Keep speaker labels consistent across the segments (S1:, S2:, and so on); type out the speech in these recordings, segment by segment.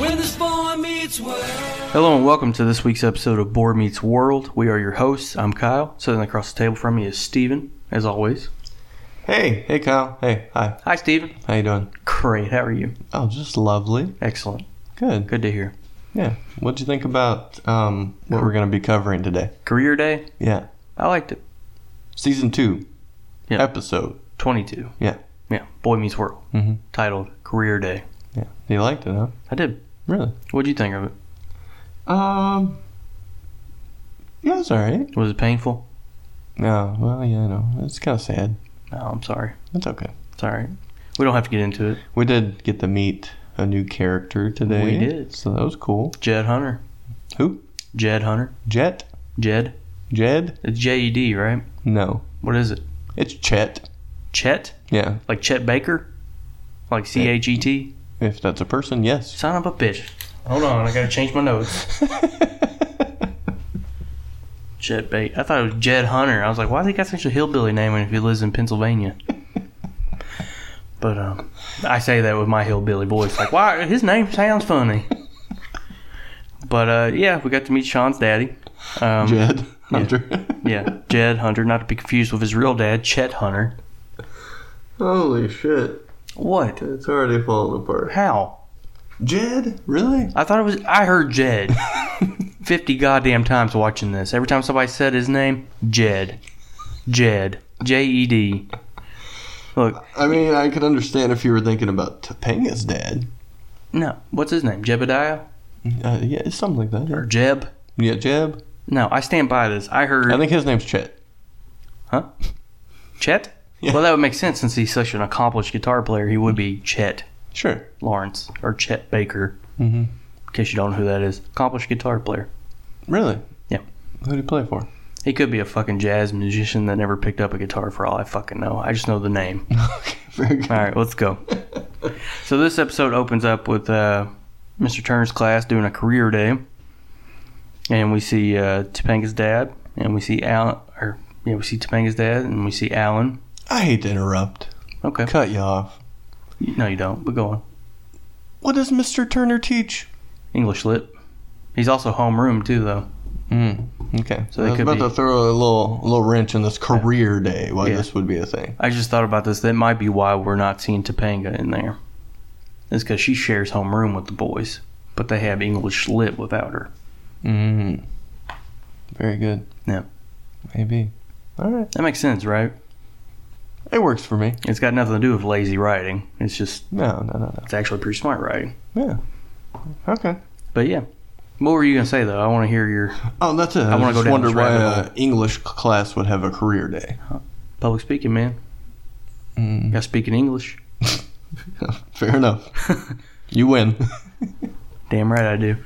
S1: When this boy meets world.
S2: Hello and welcome to this week's episode of Board Meets World. We are your hosts. I'm Kyle. Sitting across the table from me is Steven, as always.
S3: Hey, hey Kyle. Hey, hi.
S2: Hi, Steven.
S3: How you doing?
S2: Great. How are you?
S3: Oh, just lovely.
S2: Excellent.
S3: Good.
S2: Good to hear.
S3: Yeah. What'd you think about um, what we're gonna be covering today?
S2: Career Day.
S3: Yeah.
S2: I liked it.
S3: Season two.
S2: Yeah.
S3: Episode.
S2: 22.
S3: Yeah.
S2: Yeah. Boy Meets World.
S3: Mhm.
S2: Titled Career Day.
S3: Yeah. You liked it, huh?
S2: I did.
S3: Really?
S2: What'd you think of it?
S3: Um. Yeah, it's alright.
S2: Was it painful?
S3: No. Well, yeah, I know. It's kind of sad.
S2: No, I'm sorry.
S3: It's okay.
S2: It's all right. We don't have to get into it.
S3: We did get to meet a new character today.
S2: We did.
S3: So that was cool.
S2: Jed Hunter.
S3: Who?
S2: Jed Hunter.
S3: Jet.
S2: Jed.
S3: Jed.
S2: It's J E D, right?
S3: No.
S2: What is it?
S3: It's Chet.
S2: Chet?
S3: Yeah.
S2: Like Chet Baker? Like C H E T?
S3: If that's a person, yes.
S2: Son of a bitch. Hold on, I gotta change my notes. Jed Bate. I thought it was Jed Hunter. I was like, why does he got such a hillbilly name if he lives in Pennsylvania? But um, I say that with my hillbilly voice. Like, why? His name sounds funny. But uh, yeah, we got to meet Sean's daddy. Um,
S3: Jed. Hunter.
S2: Yeah, Jed Hunter, not to be confused with his real dad, Chet Hunter.
S3: Holy shit.
S2: What?
S3: It's already falling apart.
S2: How?
S3: Jed? Really?
S2: I thought it was. I heard Jed 50 goddamn times watching this. Every time somebody said his name, Jed. Jed. J E D. Look,
S3: I mean, I could understand if you were thinking about Topanga's dad.
S2: no. What's his name? Jebediah?
S3: Uh, yeah, it's something like that.
S2: Or
S3: Yeah.
S2: Jeb?
S3: yeah, Jeb.
S2: No, I stand by this. I heard
S3: I think his name's Chet.
S2: Chet?
S3: Yeah.
S2: Well, that would make sense since he's such an accomplished guitar player. He would be Chet
S3: Sure.
S2: Lawrence or Chet Baker,
S3: Mm-hmm.
S2: in case you don't know who that is. Accomplished guitar player.
S3: Really?
S2: Yeah.
S3: Who do you play for?
S2: He could be a fucking jazz musician that never picked up a guitar for all I fucking know. I just know the name.
S3: okay, very good.
S2: All right, let's go. so this episode opens up with uh, Mr. Turner's class doing a career day, and we see uh, Topanga's dad, and we see Alan, or yeah, we see Topanga's dad, and we see Alan.
S3: I hate to interrupt.
S2: Okay,
S3: Cut you off.
S2: no, you don't. But go on.
S3: What does Mr. Turner teach?
S2: English lit. He's also homeroom too, though.
S3: Mm. Okay.
S2: So
S3: So
S2: they
S3: I was
S2: could
S3: about
S2: be-
S3: to throw a little little wrench in this career day why
S2: Yeah.
S3: this would be a thing.
S2: I just thought about this. That might be why we're not seeing Topanga in there. It's because she shares homeroom with the boys, but they have English lit without her.
S3: Mm. Very good.
S2: Yeah.
S3: Maybe. All right.
S2: That makes sense, right?
S3: It works for me.
S2: It's got nothing to do with lazy writing. It's just
S3: No, no, no,
S2: It's actually pretty smart writing.
S3: no. Yeah. Okay.
S2: But yeah. What were you gonna say though? I want to hear your
S3: Oh, that's it. I,
S2: I wanna
S3: just
S2: go down
S3: wondered
S2: this
S3: why
S2: rabbit
S3: an English class would have a career day.
S2: public speaking, man.
S3: Mm-hmm.
S2: You gotta speak in English.
S3: Fair enough. you win.
S2: Damn right I do.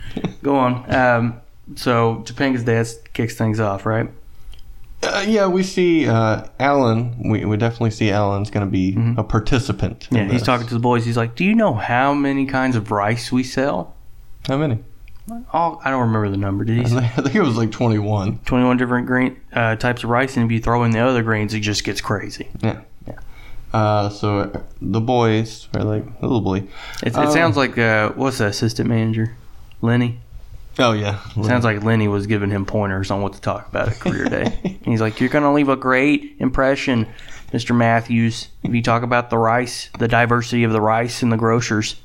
S2: Go on. Um, so Topanga's dad kicks things off, right?
S3: Uh, yeah, we see uh, Alan. We, we definitely see Alan's going to be a participant.
S2: Mm-hmm.
S3: in
S2: Yeah. He's
S3: this.
S2: talking to the boys. He's like, "Do you know how many kinds of rice we sell?"
S3: How many?
S2: All I don't remember the number. Did he?
S3: I
S2: say?
S3: think- I think it was like 21.
S2: Twenty-one different grain uh, types of rice, and if you throw in the other grains, it just gets crazy.
S3: Uh, so uh, the boys are like, oh boy.
S2: It, it
S3: Oh.
S2: sounds like uh, what's the assistant manager, Lenny.
S3: Oh, yeah.
S2: Sounds like Lenny was giving him pointers on what to talk about at career day. And he's like, "You're gonna leave a great impression, Mr. Matthews, if you talk about the rice, the diversity of the rice and the grocers."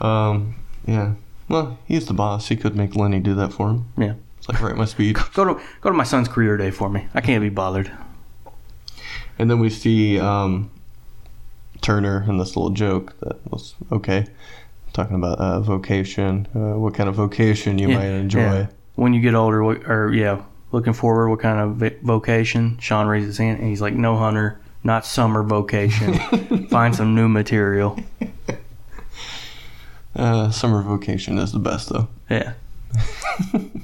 S3: Um, yeah. Well, he's the boss. He could make Lenny do that for him.
S2: Yeah.
S3: It's like right at my speed.
S2: Go to go to my son's career day for me. I can't be bothered.
S3: And then we see um, Turner in this little joke that was okay, talking about uh, vocation, uh, what kind of vocation you
S2: Yeah,
S3: might enjoy.
S2: yeah. When you get older, what, or yeah, looking forward, what kind of vi- vocation? Sean raises his hand and he's like, "No, Hunter, not summer vocation. Find some new material.
S3: Uh, summer vocation is the best though.
S2: Yeah.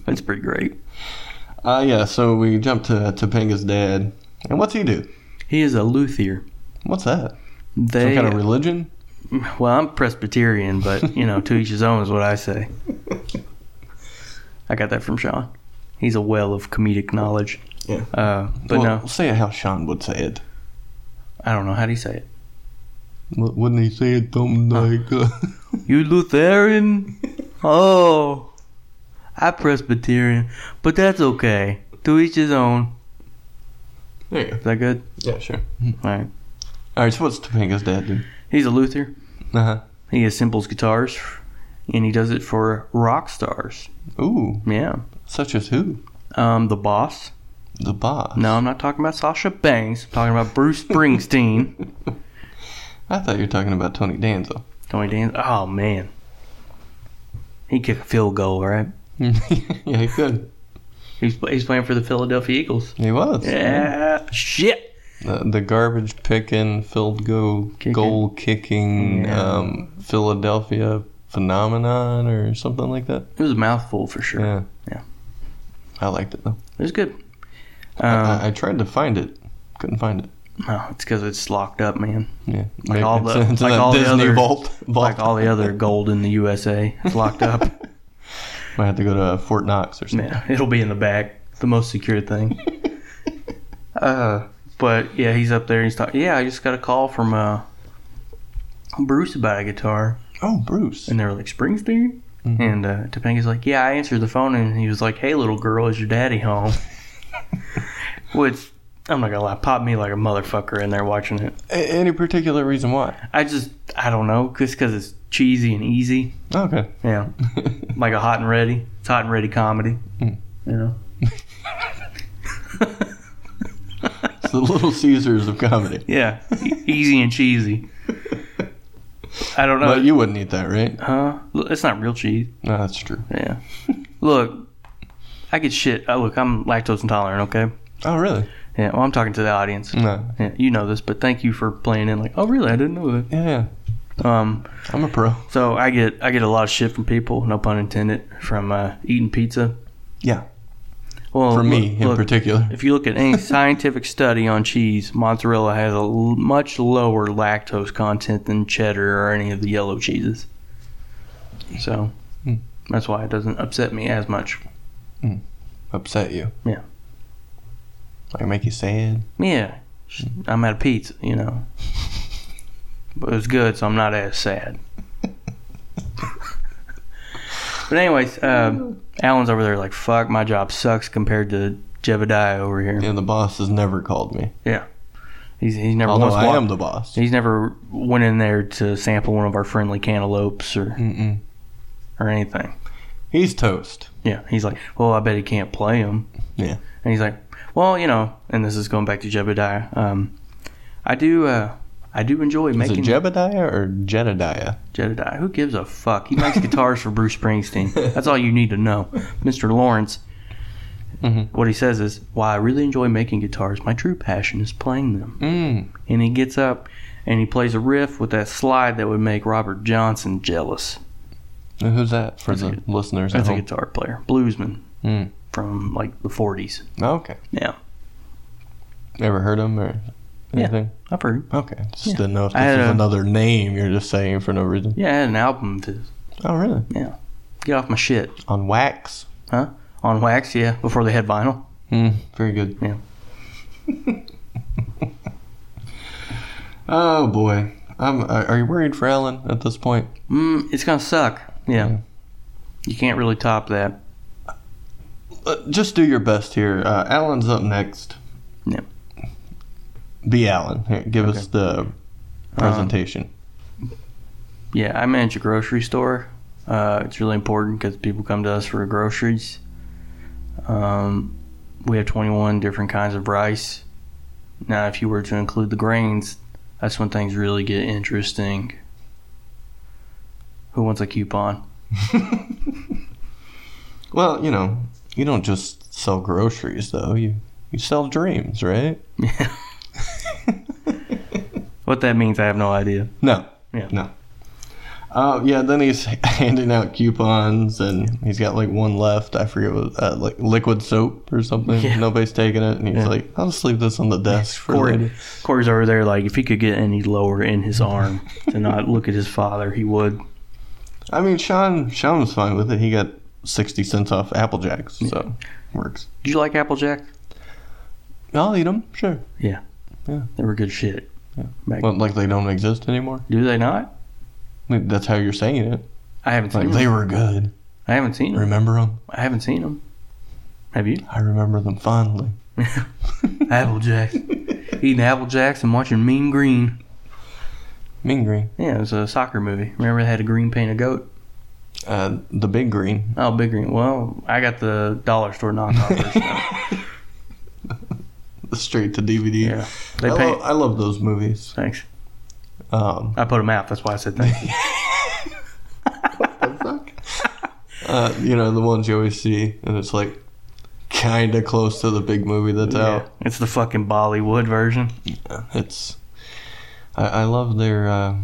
S2: That's pretty great.
S3: Uh, yeah. So we jump to Topanga's dad, and what's he do?
S2: He is a luthier.
S3: What's that? Some
S2: They,
S3: kind of religion?
S2: well, I'm Presbyterian, but you know, to each his own is what I say. I got that from Sean. He's a well of comedic knowledge.
S3: Yeah.
S2: Uh, but
S3: well,
S2: no,
S3: say it how Sean would say it.
S2: I don't know how do you say it.
S3: Wouldn't he say it something like? Uh,
S2: You Lutheran? Oh, I Presbyterian, but that's okay. To each his own.
S3: there you go.
S2: Is that good?
S3: Yeah, sure.
S2: All right.
S3: Hmm. All right. So what's Topanga's dad do?
S2: He's a luthier.
S3: Uh
S2: He assembles guitars, and he does it for rock stars.
S3: huh. Ooh,
S2: Yeah.
S3: such as who?
S2: Um, the boss.
S3: The boss.
S2: No, I'm not talking about Sasha Banks. I'm talking about Bruce Springsteen.
S3: I thought you were talking about Tony Danza.
S2: Tony Dan. Oh man, he kicked a field goal, right?
S3: yeah, he could.
S2: He's he's playing for the Philadelphia Eagles.
S3: He was.
S2: Yeah. Shit.
S3: The, the garbage picking, field goal,
S2: Kicking.
S3: goal kicking,
S2: Yeah.
S3: um, Philadelphia phenomenon or something like that.
S2: It was a mouthful for sure.
S3: Yeah.
S2: Yeah.
S3: I liked it though.
S2: It was good.
S3: I-
S2: Um,
S3: I, I tried to find it, couldn't find it.
S2: oh, it's because it's locked up, man.
S3: Yeah,
S2: Like all
S3: it's,
S2: the-
S3: it's in
S2: like
S3: that
S2: all the
S3: Disney
S2: other-
S3: vault. vault.
S2: Like all the other gold in the USA, it's locked up.
S3: Might have to go to Fort Knox or something.
S2: Yeah, it'll be in the back. The most secure thing. uh, but yeah, he's up there. He's talking. Yeah, I just got a call from uh, Bruce about a guitar,
S3: Oh, Bruce.
S2: and they were like Springsteen. And uh, Topanga's like, yeah, I answered the phone, and he was like, "Hey, little girl, is your daddy home?" Which I'm not gonna lie, popped me like a motherfucker in there watching it.
S3: A- any particular reason why?
S2: I just, I don't know, just because it's cheesy and easy.
S3: Okay.
S2: Yeah, like a hot and ready. It's hot and ready comedy.
S3: Mm.
S2: You know.
S3: It's the Little Caesars of comedy.
S2: Yeah, e- easy and cheesy. I don't know.
S3: But you wouldn't eat that, right?
S2: huh? Look, It's not real cheese.
S3: No, that's true.
S2: Yeah. Look, I get shit. Oh, look, I'm lactose intolerant. Okay.
S3: Oh, really?
S2: Yeah. Well, I'm talking to the audience.
S3: No.
S2: Yeah, you know this, but thank you for playing in. Like, oh, really? I didn't know
S3: Yeah, yeah.
S2: that. Um.
S3: I'm a pro.
S2: So I get I get a lot of shit from people. No pun intended. From uh, eating pizza.
S3: Yeah.
S2: Well,
S3: For me
S2: look-
S3: in
S2: look,
S3: particular.
S2: If you look at any scientific study on cheese, mozzarella has a l- much lower lactose content than cheddar or any of the yellow cheeses. So
S3: Hmm.
S2: that's why it doesn't upset me as much.
S3: Upset you.
S2: Yeah.
S3: Like make you sad.
S2: Yeah, I'm out of pizza, you know. But it's good, so I'm not as sad. but anyways, uh, Alan's over there like, fuck, my job sucks compared to Jebediah over here.
S3: Yeah, the boss has never called me.
S2: He's, he's never
S3: Although
S2: once
S3: I
S2: walked-
S3: am the boss.
S2: He's never went in there to sample one of our friendly cantaloupes or,
S3: Mm-mm.
S2: or anything.
S3: He's toast.
S2: Yeah, he's like, well, I bet he can't play them.
S3: Yeah.
S2: And he's like, well, you know, and this is going back to Jebediah. Um, I do, uh, I do enjoy
S3: Is it
S2: making
S3: Jebediah or Jedediah?
S2: Jedediah. Who gives a fuck? He makes guitars for Bruce Springsteen. That's all you need to know, Mr. Lawrence.
S3: Mhm.
S2: What he says is, "Why I really enjoy making guitars. My true passion is playing them."
S3: Mm.
S2: and he gets up and he plays a riff with that slide that would make Robert Johnson jealous.
S3: And Who's that for
S2: That's a
S3: the listeners at
S2: That's a
S3: home?
S2: guitar player, bluesman
S3: Mm.
S2: from like the 40s.
S3: Oh, okay.
S2: Yeah.
S3: Ever heard him or
S2: Yeah.
S3: anything?
S2: I've heard.
S3: Okay. Just didn't know if
S2: I
S3: this
S2: had
S3: is
S2: a-
S3: another name you're just saying for no reason.
S2: Yeah, I had an album of his.
S3: Oh, really?
S2: Get off my shit.
S3: On wax?
S2: On wax, yeah, before they had vinyl.
S3: Mm, very good.
S2: Hmm. Yeah.
S3: oh boy, I'm. uh, Are are you worried for Ellen at this point?
S2: Mm, it's gonna suck. Yeah.
S3: Yeah.
S2: You can't really top that.
S3: Uh, just do your best here. Uh, Alan's up next.
S2: Yeah.
S3: Be Alan. Here, give us
S2: Okay. Um,
S3: the presentation.
S2: Yeah, I manage a grocery store. Uh, it's really important because people come to us for groceries. Um, we have 21 different kinds of rice. Now, if you were to include the grains, that's when things really get interesting. Who wants a coupon?
S3: well, you know, you don't just sell groceries though. You you sell dreams, right?
S2: Yeah. What that means, I have no idea.
S3: No.
S2: Yeah.
S3: No. Uh, yeah, then he's handing out coupons, and he's got like one left. I forget what, uh, like liquid soap or something.
S2: Yeah.
S3: Nobody's taking it, and he's
S2: Yeah.
S3: like, "I'll just leave this on the desk for
S2: Corey,
S3: later."
S2: Corey's over there, like, if he could get any lower in his arm to not look at his father, he would.
S3: I mean, Sean Sean was fine with it. He got sixty cents off Apple Jacks, so works.
S2: Did you like Applejack?
S3: I'll eat them, sure.
S2: They were good shit. Back-
S3: Well, like they don't exist anymore.
S2: do they not?
S3: I mean, that's how you're saying it.
S2: I haven't seen
S3: Like
S2: them.
S3: they were good.
S2: I haven't seen them.
S3: Remember them?
S2: I haven't seen them. Have you?
S3: I remember them fondly.
S2: Applejacks. Eating Applejacks and watching Mean Green.
S3: Mean green,
S2: Yeah, it was a soccer movie. Remember they had a green painted goat?
S3: uh, the big green.
S2: Oh, big green. Well, I got the dollar store knockoff. version of it.
S3: straight to DVD.
S2: Yeah. They
S3: I,
S2: paint.
S3: lo- I love those movies.
S2: Thanks.
S3: Um,
S2: I put them out. That's why I said thank you.
S3: uh, you know the ones you always see, and it's like kind of close to the big movie that's
S2: Yeah. It's the fucking Bollywood version.
S3: out. It's I, I love their uh,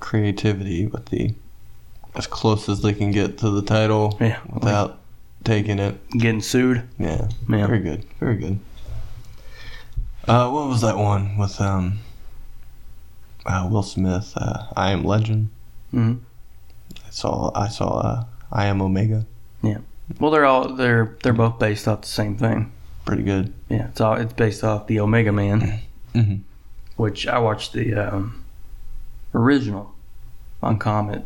S3: creativity with the as close as they can get to the title
S2: Yeah.
S3: without taking it.
S2: Getting sued.
S3: Yeah,
S2: Yeah.
S3: very good, very good. Uh, what was that one with um, uh, Will Smith? Uh, I Am Legend.
S2: Mhm.
S3: I saw. I saw. Uh, I Am Omega.
S2: Well, they're all they're they're both based off the same thing.
S3: Pretty good.
S2: Yeah, it's all it's based off the Omega Man,
S3: Mhm.
S2: which I watched the um, original on Comet.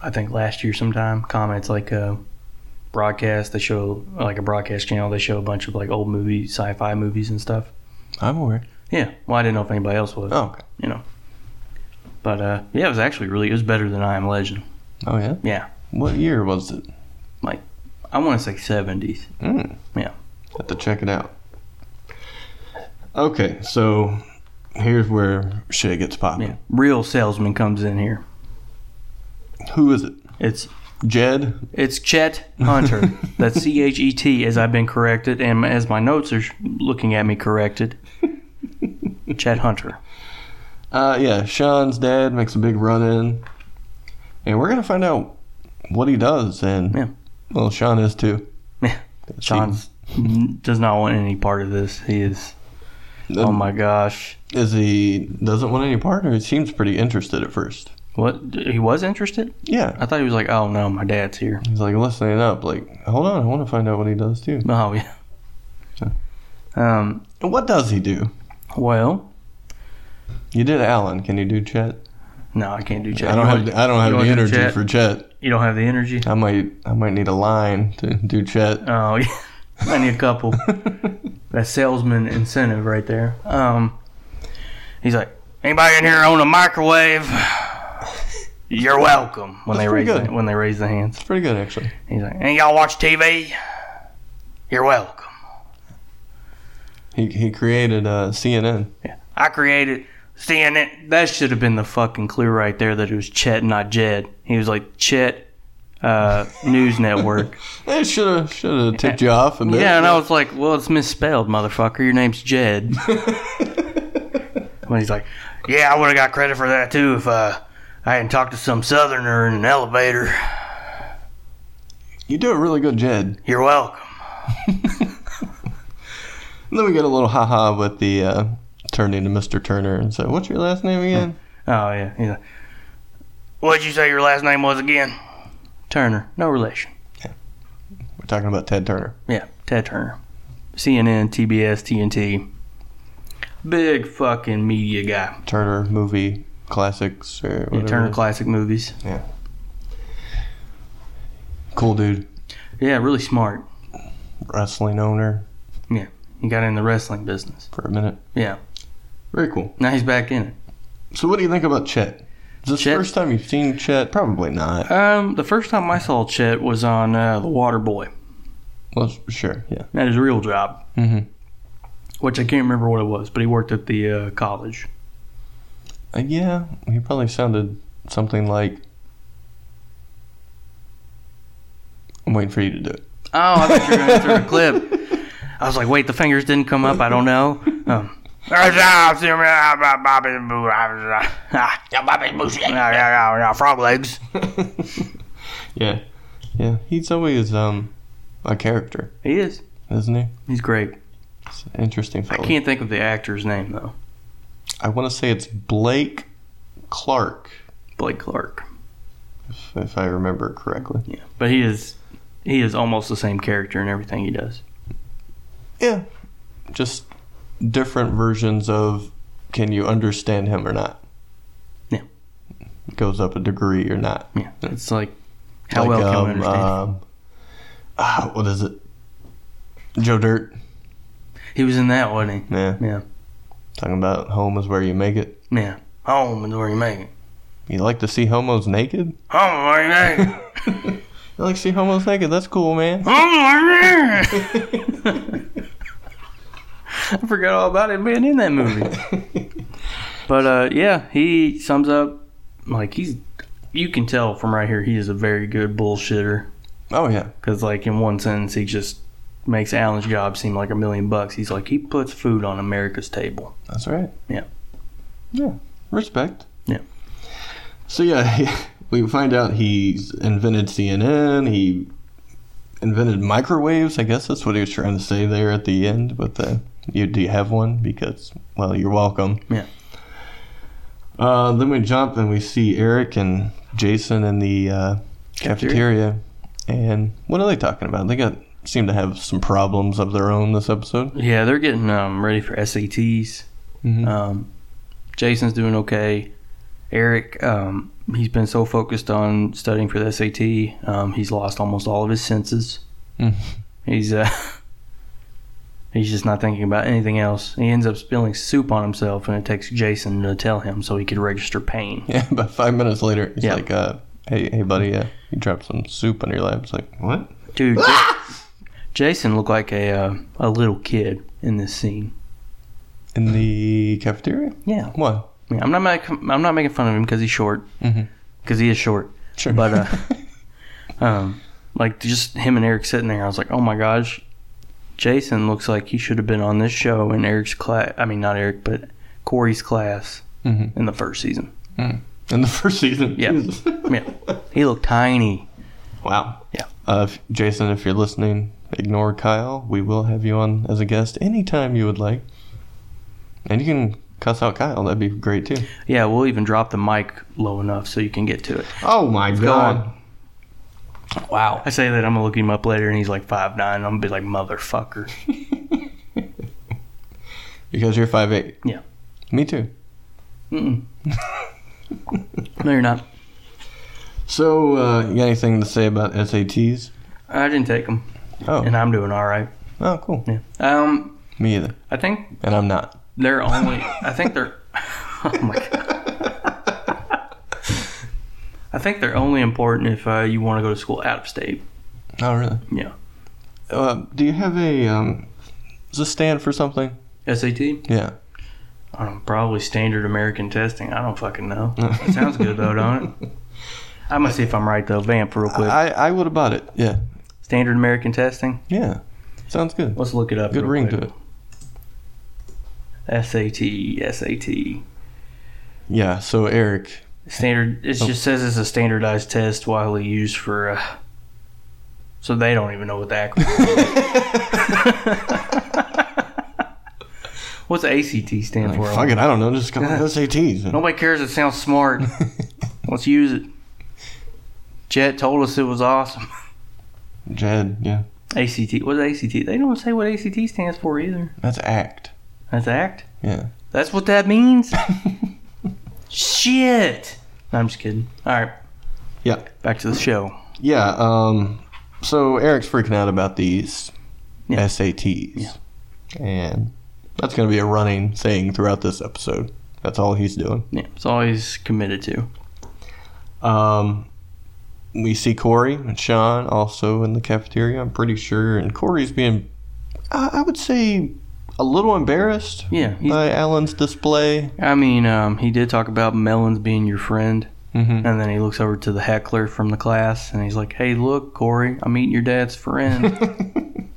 S2: I think last year sometime. Comet's like a broadcast. They show like a broadcast channel. They show a bunch of like old movie sci-fi movies and stuff.
S3: I'm aware.
S2: Yeah. Well, I didn't know if anybody else was.
S3: Oh, okay.
S2: But uh, yeah, it was actually really it was better than I Am Legend.
S3: Oh yeah.
S2: Yeah.
S3: What year was it?
S2: I want to say seventies.
S3: Mm.
S2: Yeah.
S3: Have to check it out. Okay, so here's where shit gets popping.
S2: Yeah. Real salesman comes in here.
S3: Who is it?
S2: It's
S3: Jed.
S2: It's Chet Hunter. That's C H E T, as I've been corrected, and as my notes are sh- looking at me corrected. Chet Hunter.
S3: Uh, yeah, Sean's dad makes a big run in, and we're gonna find out what he does. And
S2: Yeah.
S3: well, Sean is too.
S2: Yeah. Sean does not want any part of this. He is. Oh my gosh.
S3: Is he doesn't want any partner? He seems pretty interested at first.
S2: What? He was interested?
S3: Yeah,
S2: I thought he was like, oh no, my dad's here.
S3: he's like listening up. Like, hold on, I want to find out what he does too.
S2: Oh, yeah. Um,
S3: And What does he do?
S2: well,
S3: You did Alan. Can you do Chet?
S2: no, I can't do Chet.
S3: I don't
S2: You
S3: have
S2: want-
S3: I don't
S2: you
S3: have
S2: wanna
S3: the
S2: do
S3: energy
S2: Chet?
S3: for Chet.
S2: You don't have the energy?
S3: I might I might need a line to do Chet.
S2: Oh, yeah. I need a couple. that salesman incentive right there. Um, he's like, anybody in here own a microwave? You're welcome. When they
S3: That's
S2: raise
S3: pretty
S2: the,
S3: good.
S2: when they raise the hands,
S3: Pretty good actually.
S2: he's like, "Hey, y'all watch TV? You're welcome.
S3: He he created uh, CNN.
S2: I created CNN. That should have been the fucking clue right there that it was Chet, not Jed. He was like Chet uh, News Network.
S3: It should have should have tipped you off a bit.
S2: Yeah, and I was like, well, it's misspelled, motherfucker. Your name's Jed. when he's like, yeah, I would have got credit for that too if uh, I hadn't talked to some southerner in an elevator.
S3: You do a really good Jed.
S2: You're welcome.
S3: And then we get a little haha with the uh, turning to Mr. Turner and say, "What's your last name again?"
S2: Oh, yeah. He's like, what'd you say your last name was again? Turner. No relation.
S3: We're talking about Ted Turner.
S2: Yeah, Ted Turner. CNN, TBS, TNT. Big fucking media guy.
S3: Turner movie classics or
S2: Yeah,
S3: whatever.
S2: Turner Classic Movies.
S3: cool dude,
S2: Yeah, really smart.
S3: wrestling owner
S2: He got in the wrestling business.
S3: for a minute.
S2: Yeah.
S3: Very cool.
S2: Now he's back in it.
S3: So what do you think about Chet? Is this
S2: Chet?
S3: the first time you've seen Chet? Probably not.
S2: Um, the first time I saw Chet was on uh, The Water Boy.
S3: Well, sure, yeah.
S2: At his real job,
S3: Mm-hmm.
S2: which I can't remember what it was, but he worked at the uh, college.
S3: Uh, yeah, he probably sounded something like. I'm waiting for you to do it.
S2: Oh, I thought you were going to through a clip. I was like, wait, the fingers didn't come up. I don't know. Um, Frog legs.
S3: yeah, yeah. He's always um a character,
S2: He is.
S3: isn't he?
S2: He's great.
S3: It's an interesting
S2: I
S3: fellow.
S2: can't think of the actor's name though.
S3: I want to say it's Blake Clark,
S2: Blake Clark.
S3: if, if I remember correctly.
S2: Yeah, but he is he is almost the same character in everything he does.
S3: Yeah, just different versions of can you understand him or not?
S2: Yeah.
S3: Goes up a degree or not.
S2: Yeah, it's like uh, how
S3: Like,
S2: well can
S3: um,
S2: we understand?
S3: um, ah, what is it? Joe Dirt.
S2: he was in that, wasn't he?
S3: Yeah.
S2: Yeah,
S3: Talking about home is where you make it.
S2: yeah. Home is where you make it.
S3: You like to see homos naked?
S2: Home is where you make it.
S3: You like to see homos naked? That's cool, man.
S2: Home is where you make it. I forgot all about him being in that movie. But uh, yeah, he sums up like he's. You can tell from right here he is a very good bullshitter.
S3: oh yeah.
S2: Because, like, in one sentence, he just makes Alan's job seem like a million bucks. He's like, he puts food on America's table.
S3: That's right.
S2: Yeah.
S3: Yeah. Respect.
S2: Yeah.
S3: So yeah, we find out he's invented CNN. He invented microwaves. I guess that's what he was trying to say there at the end. But the you do you have one? Because well, you're welcome.
S2: Yeah.
S3: Uh, then we jump and we see Eric and Jason in the uh, cafeteria. And what are they talking about? They got seem to have some problems of their own this episode.
S2: Yeah, they're getting um, ready for SATs.
S3: Mhm.
S2: Um, Jason's doing okay. Eric, um, he's been so focused on studying for the SAT, um, he's lost almost all of his senses.
S3: Mhm.
S2: He's uh, he's just not thinking about anything else. He ends up spilling soup on himself, and it takes Jason to tell him so he could register pain.
S3: Yeah, about five minutes later, he's
S2: Yeah.
S3: like, uh, "Hey, hey, buddy, uh, you dropped some soup on your lap." It's like, "What?"
S2: Dude, Ja- Jason looked like a uh, a little kid in this scene.
S3: In the cafeteria?
S2: Yeah,
S3: Why?
S2: Yeah, I'm not make, I'm not making fun of him because he's short.
S3: Mhm.
S2: Because he is short.
S3: Sure.
S2: But uh, um, like just him and Eric sitting there, I was like, oh my gosh, Jason looks like he should have been on this show in Eric's class. I mean, not Eric, but Corey's class
S3: Mhm.
S2: in the first season.
S3: in the first season,
S2: Yeah.
S3: Jesus.
S2: Yeah, he looked tiny.
S3: wow.
S2: Yeah.
S3: Uh, if, Jason, if you're listening, ignore Kyle. We will have you on as a guest anytime you would like, and you can cuss out Kyle. That'd be great too.
S2: Yeah, we'll even drop the mic low enough so you can get to it.
S3: Oh my
S2: God.
S3: Wow.
S2: I say that I'm gonna look him up later, and he's like five nine. I'm gonna be like motherfucker.
S3: Because you're five eight.
S2: Yeah.
S3: Me too.
S2: Mm-mm. no, you're not.
S3: So, uh, you got anything to say about SATs?
S2: I didn't take them,
S3: Oh.
S2: and I'm doing all right.
S3: oh, cool.
S2: Yeah. Um,
S3: Me either.
S2: I think
S3: And I'm not.
S2: they're only. I think they're. Oh my god. I think they're only important if uh, you want to go to school out of state.
S3: Oh, really?
S2: Yeah.
S3: Uh, do you have a um? Does this stand for something?
S2: SAT?
S3: Yeah. Uh-huh.
S2: Um, probably standard American testing. I don't fucking know. That sounds good though, don't it? I'm gonna see if I'm right though. Vamp real quick.
S3: I I would have bought it. Yeah.
S2: standard American testing.
S3: Yeah. Sounds good.
S2: Let's look it up.
S3: Good
S2: real
S3: ring
S2: quick.
S3: to it.
S2: SAT, SAT.
S3: Yeah. So Eric.
S2: Standard.
S3: Oh.
S2: It just says it's a standardized test widely used for. Uh, so they don't even know what the acronym. is. What's ACT stand
S3: Like,
S2: for?
S3: fuck it. I don't know. Just call it
S2: Yeah.
S3: SATs. and-
S2: Nobody cares. It sounds smart. Let's use it. Jet told us it was awesome.
S3: Jed. Yeah.
S2: ACT. What's ACT? They don't say what ACT stands for either.
S3: That's act.
S2: That's ACT.
S3: Yeah.
S2: That's what that means. Shit. No, I'm just kidding. All right.
S3: Yeah.
S2: Back to the show.
S3: Yeah. Um. So Eric's freaking out about these
S2: Yeah.
S3: SATs.
S2: Yeah.
S3: And that's gonna be a running thing throughout this episode. That's all he's doing.
S2: Yeah, it's always committed to.
S3: Um, we see Corey and Sean also in the cafeteria, I'm pretty sure. And Corey's being, I I would say, a little embarrassed
S2: Yeah, he's-
S3: by Alan's display.
S2: I mean, um, he did talk about Melons being your friend,
S3: Mm-hmm.
S2: and then he looks over to the heckler from the class, and he's like, "Hey, look, Corey, I'm eating your dad's friend."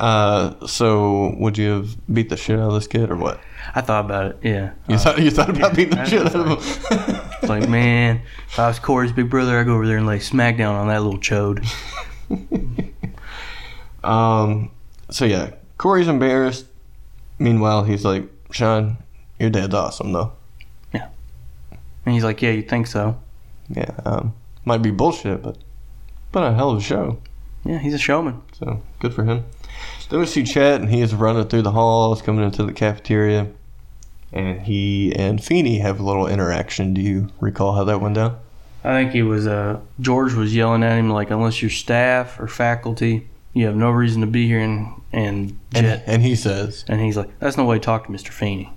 S3: Uh, so would you have beat the shit out of this kid or what?
S2: I thought about it. Uh, Yeah.
S3: You thought you thought about beating the
S2: I
S3: shit
S2: was
S3: out of him.
S2: It's like, man, if I was Corey's big brother, I'd go over there and lay smackdown on that little chode.
S3: Um, so yeah, Corey's embarrassed. Meanwhile, he's like, Sean, your dad's awesome though.
S2: And he's like, yeah, you think so?
S3: Yeah, um, might be bullshit, but but a hell of a show.
S2: Yeah, he's a showman.
S3: So good for him. Then we see Chet, and he is running through the halls, coming into the cafeteria, and he and Feeney have a little interaction. Do you recall how that went down?
S2: I think he was, uh, George was yelling at him, like, unless you're staff or faculty, you have no reason to be here. And, and
S3: And,
S2: Jet,
S3: and he says,
S2: and he's like, that's no way to talk to Mr. Feeney.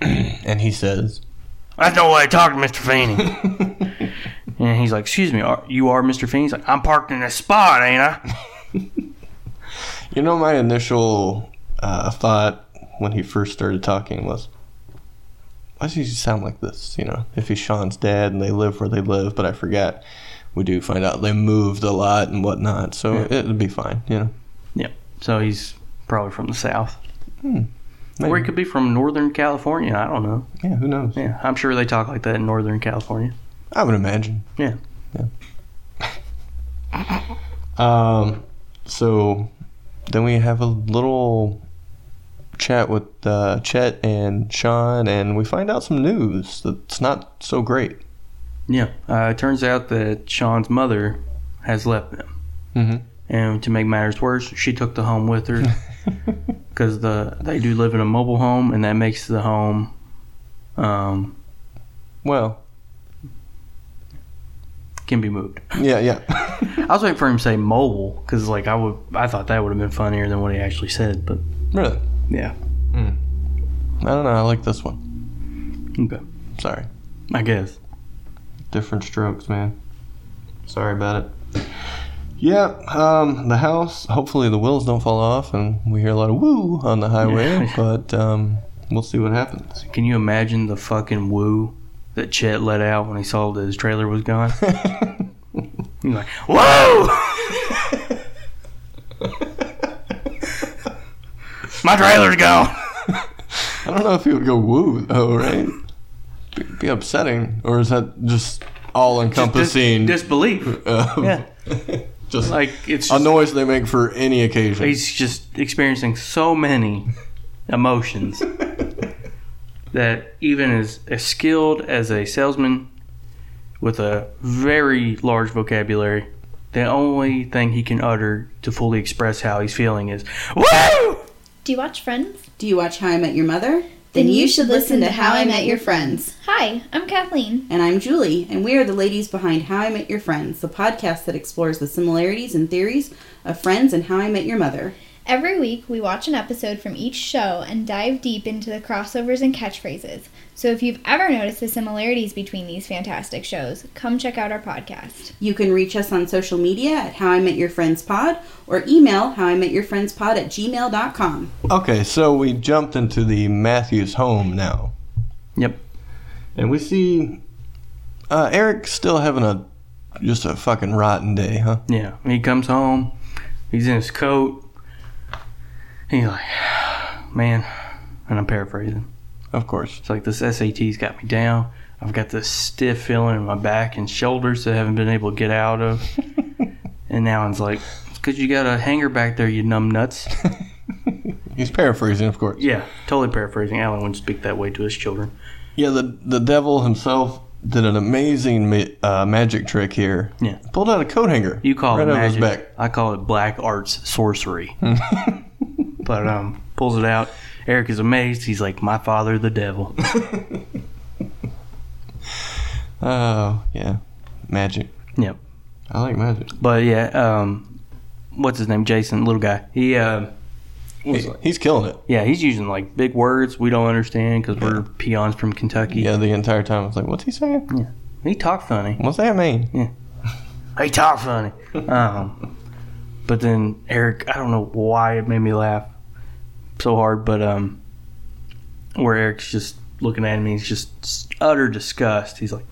S3: and he says,
S2: That's no way to talk to Mr. Feeney. and he's like, excuse me, are, you are Mr. Feeney? He's like, I'm parked in a spot, ain't I?
S3: you know, my initial uh, thought when he first started talking was, why does he sound like this? You know, if he's Sean's dad and they live where they live, but I forgot. We do find out they moved a lot and whatnot, so it'd be fine, you know.
S2: So he's probably from the South. Or he
S3: Maybe.
S2: could be from Northern California. I don't know.
S3: Yeah, who knows?
S2: Yeah, I'm sure they talk like that in Northern California.
S3: I would imagine.
S2: Yeah.
S3: Um, so then we have a little chat with uh, Chet and Sean, and we find out some news that's not so great.
S2: Yeah. Uh, it turns out that Sean's mother has left them. Mm-hmm.
S3: Mhm.
S2: And to make matters worse, she took the home with her because the they do live in a mobile home, and that makes the home. Um,
S3: Well,
S2: can be moved.
S3: yeah, yeah.
S2: I was waiting for him to say mobile because, like, I would, I thought that would have been funnier than what he actually said. But
S3: really? Hmm.
S2: yeah,
S3: I don't know. I like this one.
S2: okay,
S3: Sorry.
S2: I guess.
S3: Different strokes, man. Sorry about it. Yeah, um, the house. Hopefully, the wheels don't fall off, and we hear a lot of woo on the highway.
S2: Yeah.
S3: But um, we'll see what happens.
S2: Can you imagine the fucking woo that Chet let out when he saw that his trailer was gone? He's like, "Whoa, my trailer's gone."
S3: I don't know if he would go woo though, right? Be, be upsetting, or is that just all encompassing?
S2: Dis- disbelief.
S3: um,
S2: Yeah,
S3: just
S2: like it's
S3: a
S2: just,
S3: noise they make for any occasion.
S2: he's just experiencing so many emotions that even as, as skilled as a salesman with a very large vocabulary, the only thing he can utter to fully express how he's feeling is "Woo!"
S4: Do you watch Friends?
S5: Do you watch How I Met Your Mother? Then you should listen to How I Met Your Friends.
S4: Hi, I'm Kathleen.
S5: And I'm Julie, and we are the ladies behind How I Met Your Friends, the podcast that explores the similarities and theories of friends and How I Met Your Mother.
S4: Every week, we watch an episode from each show and dive deep into the crossovers and catchphrases. So if you've ever noticed the similarities between these fantastic shows, come check out our podcast.
S5: You can reach us on social media at How I Met Your Friends Pod or email How I Met Your Friends Pod at gmail.com.
S3: Okay, so we jumped into the Matthews home now.
S2: Yep.
S3: and we see uh, Eric still having a just a fucking rotten day, huh?
S2: Yeah, he comes home. He's in his coat. He's like, man, and I'm paraphrasing.
S3: Of course.
S2: It's like this SAT's got me down. I've got this stiff feeling in my back and shoulders that I haven't been able to get out of. and now it's like, it's because you got a hanger back there, you numb nuts.
S3: He's paraphrasing, of course.
S2: Yeah, totally paraphrasing. Alan wouldn't speak that way to his children.
S3: Yeah, the the devil himself did an amazing ma- uh, magic trick here.
S2: Yeah.
S3: pulled out a coat hanger.
S2: You call
S3: right
S2: it
S3: over
S2: magic.
S3: his back.
S2: I call it black arts sorcery. but um, pulls it out. Eric is amazed. He's like, my father, the devil.
S3: Oh yeah, magic.
S2: Yep.
S3: I like magic.
S2: But yeah, um, what's his name? Jason, little guy. He, uh,
S3: He- he's killing it.
S2: yeah, he's using like big words we don't understand because we're peons from Kentucky.
S3: Yeah, the entire time I was like, "What's he saying?
S2: He talk funny.
S3: What's that mean?"
S2: He talk funny. um, but then Eric, I don't know why it made me laugh so hard, but um, where Eric's just looking at me, he's just utter disgust. He's like,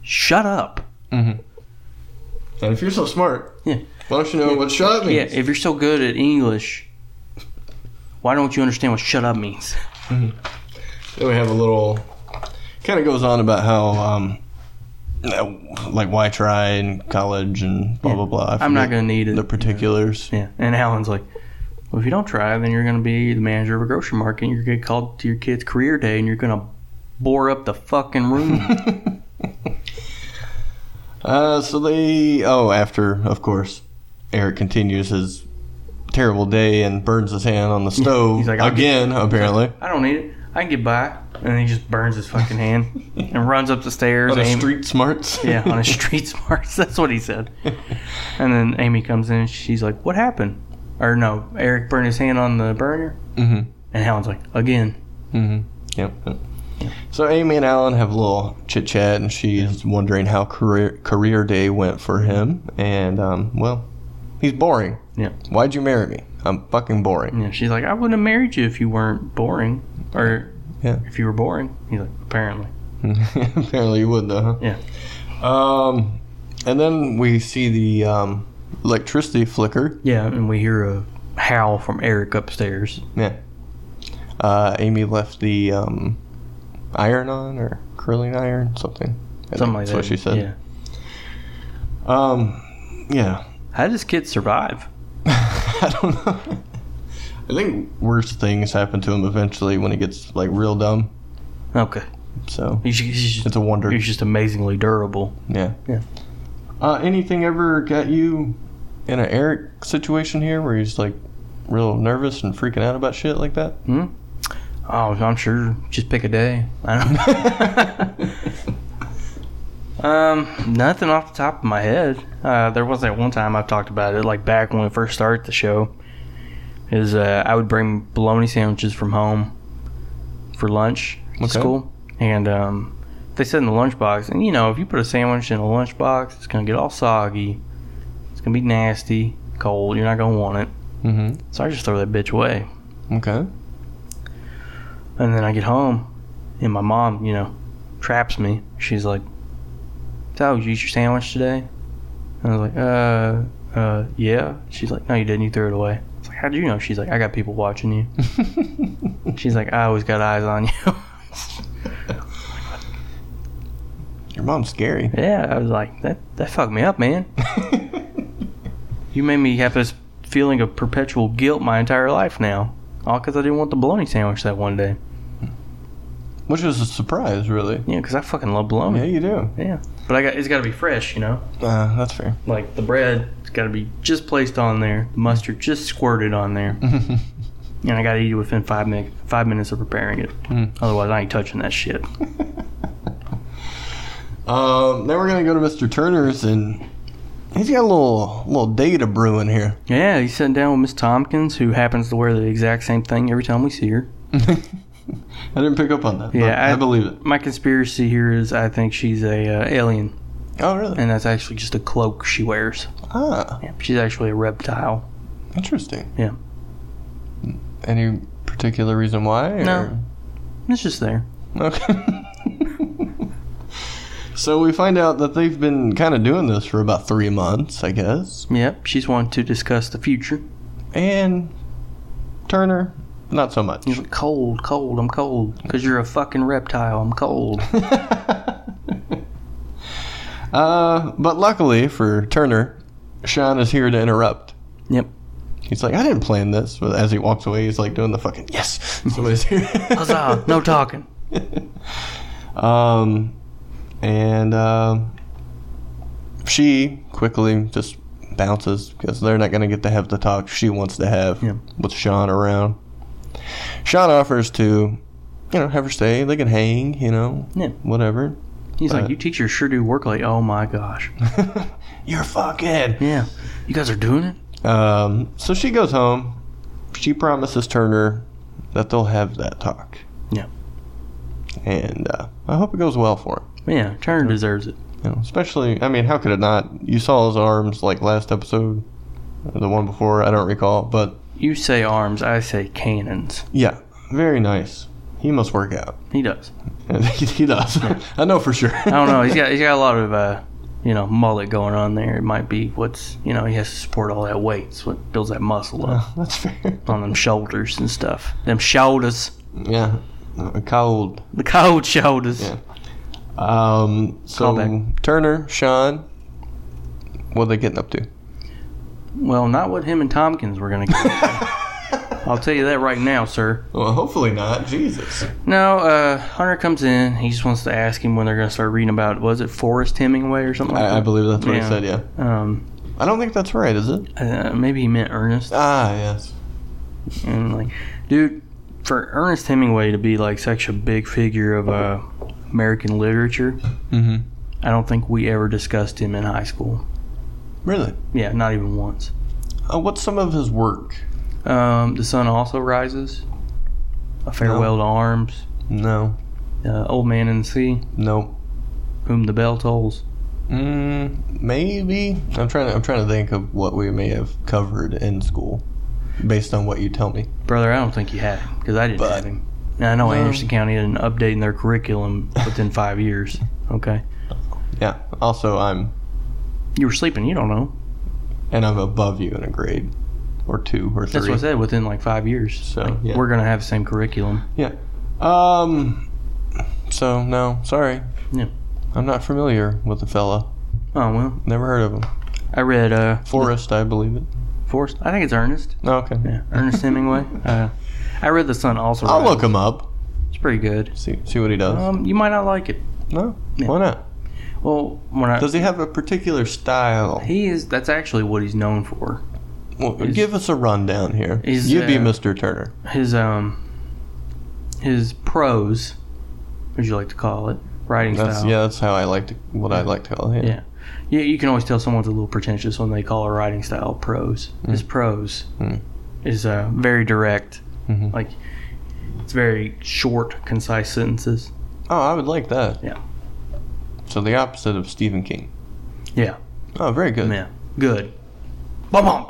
S2: "Shut up."
S3: And if you're so smart,
S2: Yeah.
S3: why don't you know what shut up
S2: Yeah, if you're so good at English, Why don't you understand what shut up means?
S3: Then we have a little. Kind of goes on about how, um, uh, like why try in college and blah blah blah. I
S2: I'm not
S3: forget
S2: going to need it.
S3: the particulars.
S2: Yeah. And Alan's like, well, if you don't try, then you're going to be the manager of a grocery market and you're going to get called to your kid's career day and you're going to bore up the fucking room.
S3: Uh, so they. Oh, after of course, Eric continues his terrible day and burns his hand on the stove
S2: like, "I'll get-
S3: again. Apparently,
S2: I don't need it. I can get by. And he just burns his fucking hand and runs up the stairs.
S3: on a
S2: aim-
S3: street smarts.
S2: yeah, on a street smarts. That's what he said. And then Amy comes in and she's like, what happened? Or no, Eric burned his hand on the burner.
S3: hmm
S2: And Alan's like, again.
S3: hmm Yep. So Amy and Alan have a little chit chat, and she's wondering how career career day went for him. And um, well, he's boring.
S2: Yeah.
S3: Why'd you marry me? I'm fucking boring.
S2: Yeah, she's like, I wouldn't have married you if you weren't boring. Or
S3: Yeah.
S2: if you were boring. He's like, apparently.
S3: Apparently you wouldn't, huh?
S2: Mm-hmm. Yeah.
S3: Um, and then we see the um, electricity flicker.
S2: Yeah, and we hear a howl from Eric upstairs.
S3: Yeah. Uh, Amy left the um, iron on or curling iron, something. I think
S2: Something like
S3: that's
S2: that.
S3: what she said.
S2: Yeah.
S3: Um, yeah.
S2: How does kid survive?
S3: I don't know. I think worse things happen to him eventually when he gets like real dumb.
S2: Okay.
S3: So
S2: He's, he's, just,
S3: it's a wonder.
S2: he's just amazingly durable.
S3: Yeah.
S2: Yeah.
S3: Uh, anything ever got you in an Eric situation here where he's like real nervous and freaking out about shit like that?
S2: Oh, I'm sure. Just pick a day. I don't um, nothing off the top of my head. Uh, there was that one time I've talked about it, like back when we first started the show. Is uh, I would bring bologna sandwiches from home for lunch to
S3: Okay.
S2: school, and um, they said in the lunchbox. And you know, if you put a sandwich in a lunchbox, it's gonna get all soggy. It's gonna be nasty, cold. You're not gonna want it.
S3: Mm-hmm.
S2: So I just throw that bitch away.
S3: Okay.
S2: And then I get home, and my mom, you know, traps me. She's like, "So you eat your sandwich today?" And I was like, "Uh, uh, yeah." She's like, "No, you didn't. You threw it away." I was like, "How do you know?" She's like, "I got people watching you." She's like, "I always got eyes on you."
S3: Your mom's scary.
S2: yeah, I was like, "That that fucked me up, man. You made me have this feeling of perpetual guilt my entire life now, all because I didn't want the bologna sandwich that one day.
S3: Which was a surprise, really.
S2: Yeah, because I fucking love
S3: Yeah,
S2: bologna.
S3: you do.
S2: yeah, but I got it's got to be fresh, you know."
S3: Uh, that's fair.
S2: like the bread it's got to be just placed on there the mustard just squirted on there and i gotta eat it within five minutes five minutes of preparing it
S3: Mm.
S2: otherwise i ain't touching that shit
S3: um, now we're gonna go to Mr. Turner's, and he's got a little little data brewing here.
S2: yeah he's sitting down with miss tompkins who happens to wear the exact same thing every time we see her
S3: I didn't pick up on that. but
S2: Yeah,
S3: I,
S2: I-
S3: believe it.
S2: my conspiracy here is i think she's a uh, alien
S3: Oh, really?
S2: and that's actually just a cloak she wears
S3: Ah,
S2: yeah, she's actually a reptile
S3: interesting.
S2: Yeah.
S3: Any particular reason why? Or?
S2: No. it's just there
S3: Okay. so we find out that they've been kind of doing this for about three months, I guess.
S2: yep she's wanting to discuss the future
S3: And Turner, not so much.
S2: he's like cold cold i'm cold because you're a fucking reptile i'm cold
S3: Uh, but luckily for Turner, Sean is here to interrupt.
S2: Yep.
S3: He's like, I didn't plan this. But as he walks away, he's like doing the fucking yes. Somebody's here.
S2: huzzah no talking
S3: Um, and um, she quickly just bounces because they're not going to get to have the talk she wants to have
S2: Yeah.
S3: with Sean around. Sean offers to, you know, have her stay. They can hang, you know,
S2: Yeah.
S3: whatever.
S2: He's
S3: But-
S2: like, you teachers sure do work late. Oh my gosh.
S3: You're fucking.
S2: Yeah. You guys are doing it?
S3: Um, so she goes home. She promises Turner that they'll have that talk.
S2: Yeah.
S3: And uh, I hope it goes well for him.
S2: Yeah. Turner deserves it.
S3: You know, especially, I mean, how could it not? You saw his arms like last episode, or the one before, I don't recall, but
S2: You say arms, I say cannons.
S3: yeah, very nice. He must work out.
S2: He does.
S3: he does. I know for sure.
S2: I don't know. He's got he's got a lot of uh, you know mullet going on there. It might be what's you know he has to support all that weight. It's what builds that muscle up
S3: Oh, that's fair.
S2: on them shoulders and stuff. Them shoulders,
S3: Yeah. Uh, Cold.
S2: the cold shoulders.
S3: Yeah. Um, so
S2: Callback.
S3: Turner, Sean, what are they getting up to?
S2: Well, not what him and Tompkins were gonna get. I'll tell you that right now, sir.
S3: Well, hopefully not. Jesus.
S2: No, uh, Hunter comes in. He just wants to ask him when they're gonna start reading about was it Forrest Hemingway or something like
S3: I, I believe that's what
S2: Yeah.
S3: he said, yeah.
S2: that. Um,
S3: I don't think that's right, is it?
S2: uh, maybe he meant Ernest.
S3: Ah, yes.
S2: And like, dude, for Ernest Hemingway to be like such a big figure of uh, American literature,
S3: Mm-hmm.
S2: I don't think we ever discussed him in high school.
S3: Really?
S2: Yeah, not even once.
S3: Uh, what's some of his work?
S2: Um, the sun also rises. A farewell to arms.
S3: No.
S2: Uh, old man in the sea.
S3: No.
S2: Whom the bell tolls.
S3: Mm, maybe. I'm trying to. I'm trying to think of what we may have covered in school, based on what you tell me.
S2: Brother, I don't think you had him because I didn't
S3: But-
S2: have him. Now I know
S3: No.
S2: Anderson County isn't updating their curriculum within five years. Okay,
S3: Yeah. Also, I'm
S2: you were sleeping. You don't know.
S3: and I'm above you in a grade, or two or three.
S2: That's what I said. Within like five years,
S3: So,
S2: Like,
S3: yeah.
S2: we're gonna have the same curriculum.
S3: Um. So no, sorry.
S2: Yeah.
S3: I'm not familiar with the fella.
S2: Oh well,
S3: Never heard of him.
S2: I read uh
S3: Forrest, I believe it.
S2: Forrest. I think it's Ernest.
S3: Oh, okay.
S2: Yeah, Oh, Ernest Hemingway. Uh, I read The Sun also.
S3: I'll
S2: Rises.
S3: look him up.
S2: It's pretty good.
S3: See see what he does.
S2: Um, you might not like it.
S3: no.
S2: yeah.
S3: Why not?
S2: Well, when I
S3: Does he have a particular style?
S2: he is that's actually what he's known for.
S3: Well,
S2: He's-
S3: give us a rundown here.
S2: he's,
S3: You'd be
S2: uh,
S3: Mr. Turner.
S2: His um his prose, as you like to call it, writing
S3: That's
S2: style.
S3: yeah. That's how I like to. What I like to call it.
S2: Yeah. Yeah, you can always tell someone's a little pretentious when they call a writing style prose.
S3: Hmm.
S2: His prose
S3: Mm.
S2: is uh, very direct.
S3: Mhm.
S2: Like, it's very short, concise sentences.
S3: Oh, I would like that.
S2: Yeah.
S3: So the opposite of Stephen King.
S2: Yeah.
S3: Oh, very good.
S2: Yeah. Good. Bum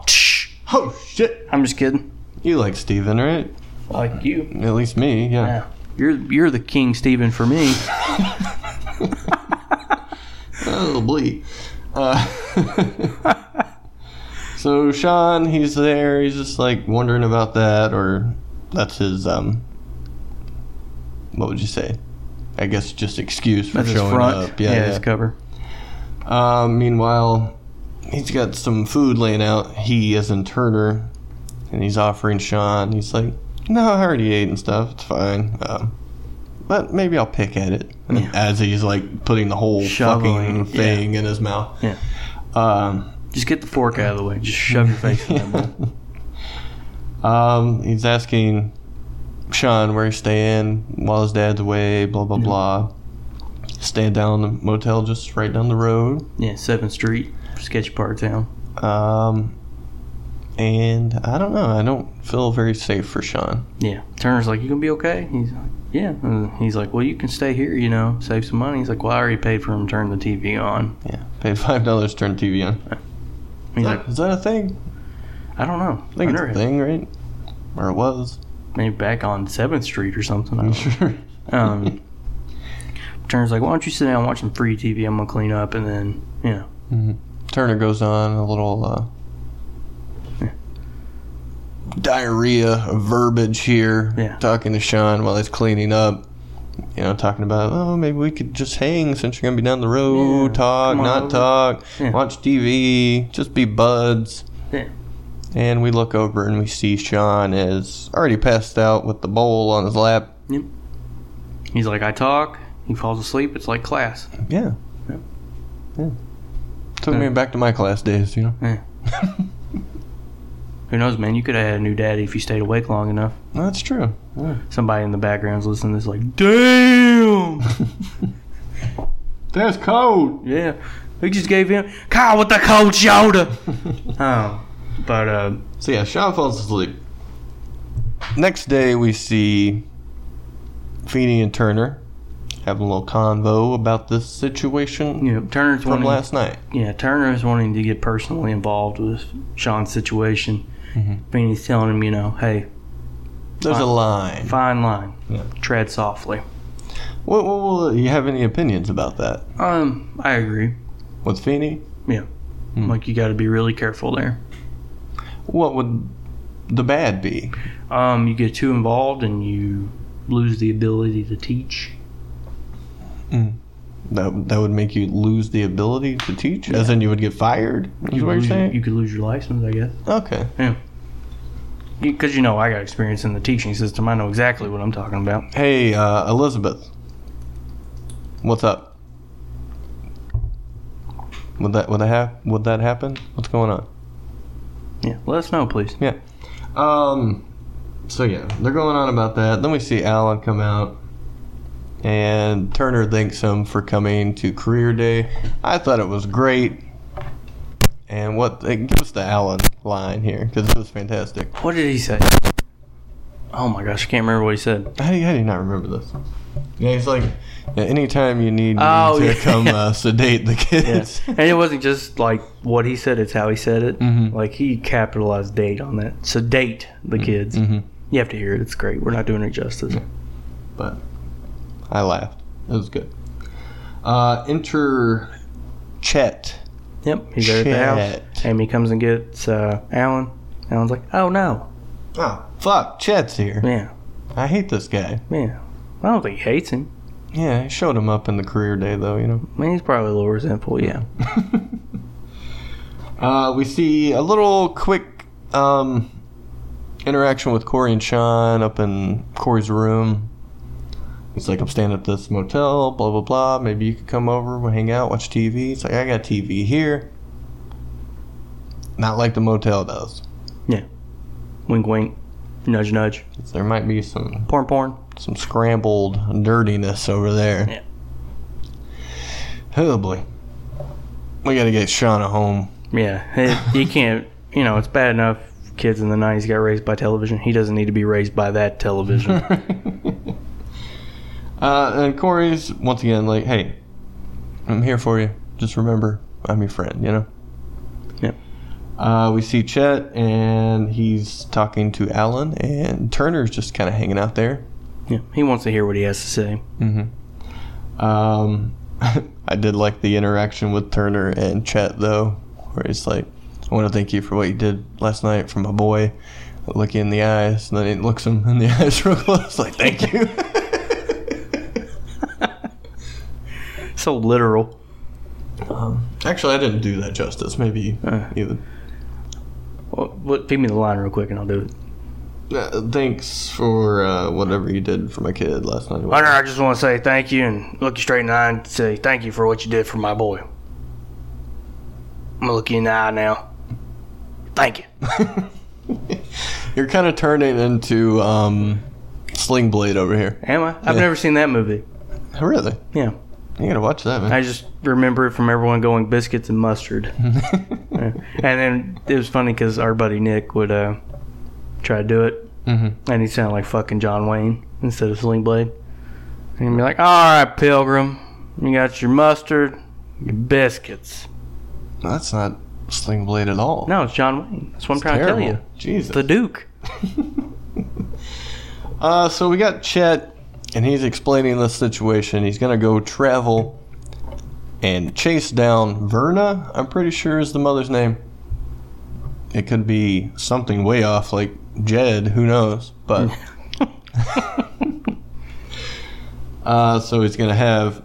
S3: Oh shit!
S2: I'm just kidding.
S3: You like Stephen, right?
S2: Like you.
S3: At least me. Yeah.
S2: Yeah. You're you're the king Stephen for me.
S3: Oh, bleep. Uh, so Sean, he's there. He's just like wondering about that, or that's his um. What would you say? I guess just excuse for
S2: That's his
S3: showing
S2: front.
S3: up. Yeah, yeah.
S2: his cover.
S3: Uh, meanwhile, he's got some food laying out. He, as in Turner, and he's offering Sean. He's like, "No, I already ate and stuff. It's fine, um, but maybe I'll pick at it." And
S2: Yeah.
S3: As he's like putting the whole
S2: Shoveling,
S3: fucking thing in his mouth.
S2: Yeah.
S3: Um,
S2: Just get the fork out of the way. Just shove your face in that bowl.
S3: um, he's asking Sean where he's staying while his dad's away. Blah blah blah. Staying down the motel just right down the road.
S2: Yeah, Seventh Street, sketchy part of town.
S3: Um, and I don't know. I don't feel very safe for Sean.
S2: Yeah. Turner's like, You gonna be okay? He's like, Yeah. And he's like, Well, you can stay here, you know, save some money. He's like, Well, I already paid for him to turn the TV on.
S3: Yeah, paid five dollars to turn TV on.
S2: He's like,
S3: Is that a thing?
S2: I don't know.
S3: I think it's
S2: never
S3: a
S2: had-
S3: thing, right? Or it was.
S2: Maybe back on Seventh Street or something. I don't know. Um, Turner's like, why don't you sit down and watch some free TV? I'm gonna clean up, and then you know,
S3: Turner goes on a little uh, diarrhea of verbiage here,
S2: Yeah.
S3: talking to Sean while he's cleaning up. You know, talking about, oh, maybe we could just hang since you're going to be down the road,
S2: Yeah,
S3: talk,
S2: come on
S3: not
S2: over."
S3: talk,
S2: Yeah.
S3: watch TV, just be buds.
S2: Yeah.
S3: And we look over and we see Sean is already passed out with the bowl on his lap.
S2: he's like, I talk, he falls asleep. It's like class.
S3: Yeah.
S2: Yeah.
S3: Yeah. Took me
S2: Yeah.
S3: back to my class days, you know?
S2: Who knows, man? You could have had a new daddy if you stayed awake long enough.
S3: That's true.
S2: Somebody in the background's listening. Is like, damn,
S3: That's cold.
S2: yeah. He just gave him Kyle with the cold shoulder. oh, but uh,
S3: So yeah, Sean falls asleep. Next day we see Feeney and Turner having a little convo about this situation
S2: you know, Turner's
S3: from
S2: wanting,
S3: last night.
S2: yeah, Turner's wanting to get personally involved with Sean's situation.
S3: Mhm.
S2: Feeney's telling him, you know, hey,
S3: There's a
S2: Fine.
S3: line.
S2: fine line,
S3: Yeah.
S2: tread softly.
S3: What, what, what, you have any opinions about that?
S2: Um, I agree.
S3: With Feeney,
S2: Yeah. Like you got to be really careful there.
S3: what would the bad be?
S2: Um, you get too involved and you lose the ability to teach.
S3: That that would make you lose the ability to teach, as in you would get fired. Is
S2: You
S3: what
S2: could
S3: you're
S2: lose-
S3: saying?
S2: You could lose your license, I guess.
S3: okay.
S2: Because you know I got experience in the teaching system. I know exactly what I'm talking about.
S3: Hey, uh, Elizabeth, what's up? Would that would that hap- would that happen? What's going on?
S2: Yeah. Let us know, please.
S3: Um, so yeah, they're going on about that. Then we see Alan come out, and Turner thanks him for coming to Career Day. I thought it was great. And what? eh, Give us the Alan line here because it was fantastic.
S2: What did he say? Oh my gosh, I can't remember what he said.
S3: How do, you, how do you not remember this? Yeah, he's like, yeah, anytime you need me
S2: Oh,
S3: to
S2: yeah.
S3: come uh, sedate the kids.
S2: and it wasn't just like what he said; it's how he said it.
S3: Mhm.
S2: Like he capitalized "date" on that. So date the kids.
S3: Mhm.
S2: You have to hear it. It's great. We're not doing it justice.
S3: but I laughed. It was good. Uh, enter Chet.
S2: Yep, he's there at the house.
S3: Chet.
S2: Amy comes and gets uh, Alan. Alan's like, "Oh no,
S3: Oh, fuck, Chet's here.
S2: yeah,
S3: I hate this guy.
S2: yeah." I don't think he hates him.
S3: Yeah, I showed him up in the career day, though, you know.
S2: I mean, he's probably a little resentful. Yeah,
S3: Uh, we see a little quick um, interaction with Corey and Sean up in Corey's room. He's like, I'm staying at this motel, blah, blah, blah. Maybe you could come over, we'll hang out, watch TV. He's like, I got TV here. Not like the motel does.
S2: wink, wink, nudge, nudge,
S3: There might be some
S2: porn, porn.
S3: some scrambled nerdiness over there.
S2: Yeah.
S3: Oh boy. We gotta get Shauna home.
S2: Yeah, it, you can't. You know, it's bad enough. Kids in the '90s got raised by television. He doesn't need to be raised by that television.
S3: Uh, and Corey's once again like, hey, I'm here for you. Just remember, I'm your friend, you know?
S2: Yep.
S3: Uh, we see Chet and he's talking to Alan and Turner's just kind of hanging out there.
S2: yeah, he wants to hear what he has to say.
S3: Um, I did like the interaction with Turner and Chet though, where he's like, "I want to thank you for what you did last night for my boy." I look you in the eyes, and then he looks him in the eyes real close, like, "Thank you."
S2: So literal.
S3: Actually, I didn't do that justice. Maybe
S2: Uh.
S3: you.
S2: Well, what, give me the line real quick, and I'll do it.
S3: Uh, thanks for uh, whatever you did for my kid last night.
S2: Hunter, I just want to say thank you and look you straight in the eye and say thank you for what you did for my boy. I'm gonna look you in the eye now. Thank you.
S3: You're kind of turning into um, Sling Blade over here.
S2: Am I? I've
S3: Yeah.
S2: never seen that movie.
S3: Really?
S2: Yeah,
S3: You gotta watch that, man.
S2: I just remember it from everyone going biscuits and mustard. Yeah. And then it was funny because our buddy Nick would uh, try to do it,
S3: Mhm.
S2: and he sounded like fucking John Wayne instead of Sling Blade. And he'd be like, "All right, Pilgrim, you got your mustard, your biscuits."
S3: That's not Sling Blade at all.
S2: No, it's John Wayne. That's what I'm trying to tell you.
S3: Jesus.
S2: The Duke.
S3: Uh, so we got Chet, and he's explaining the situation. He's gonna go travel and chase down Verna. I'm pretty sure is the mother's name. It could be something way off, like Jed. Who knows? But uh, so he's gonna have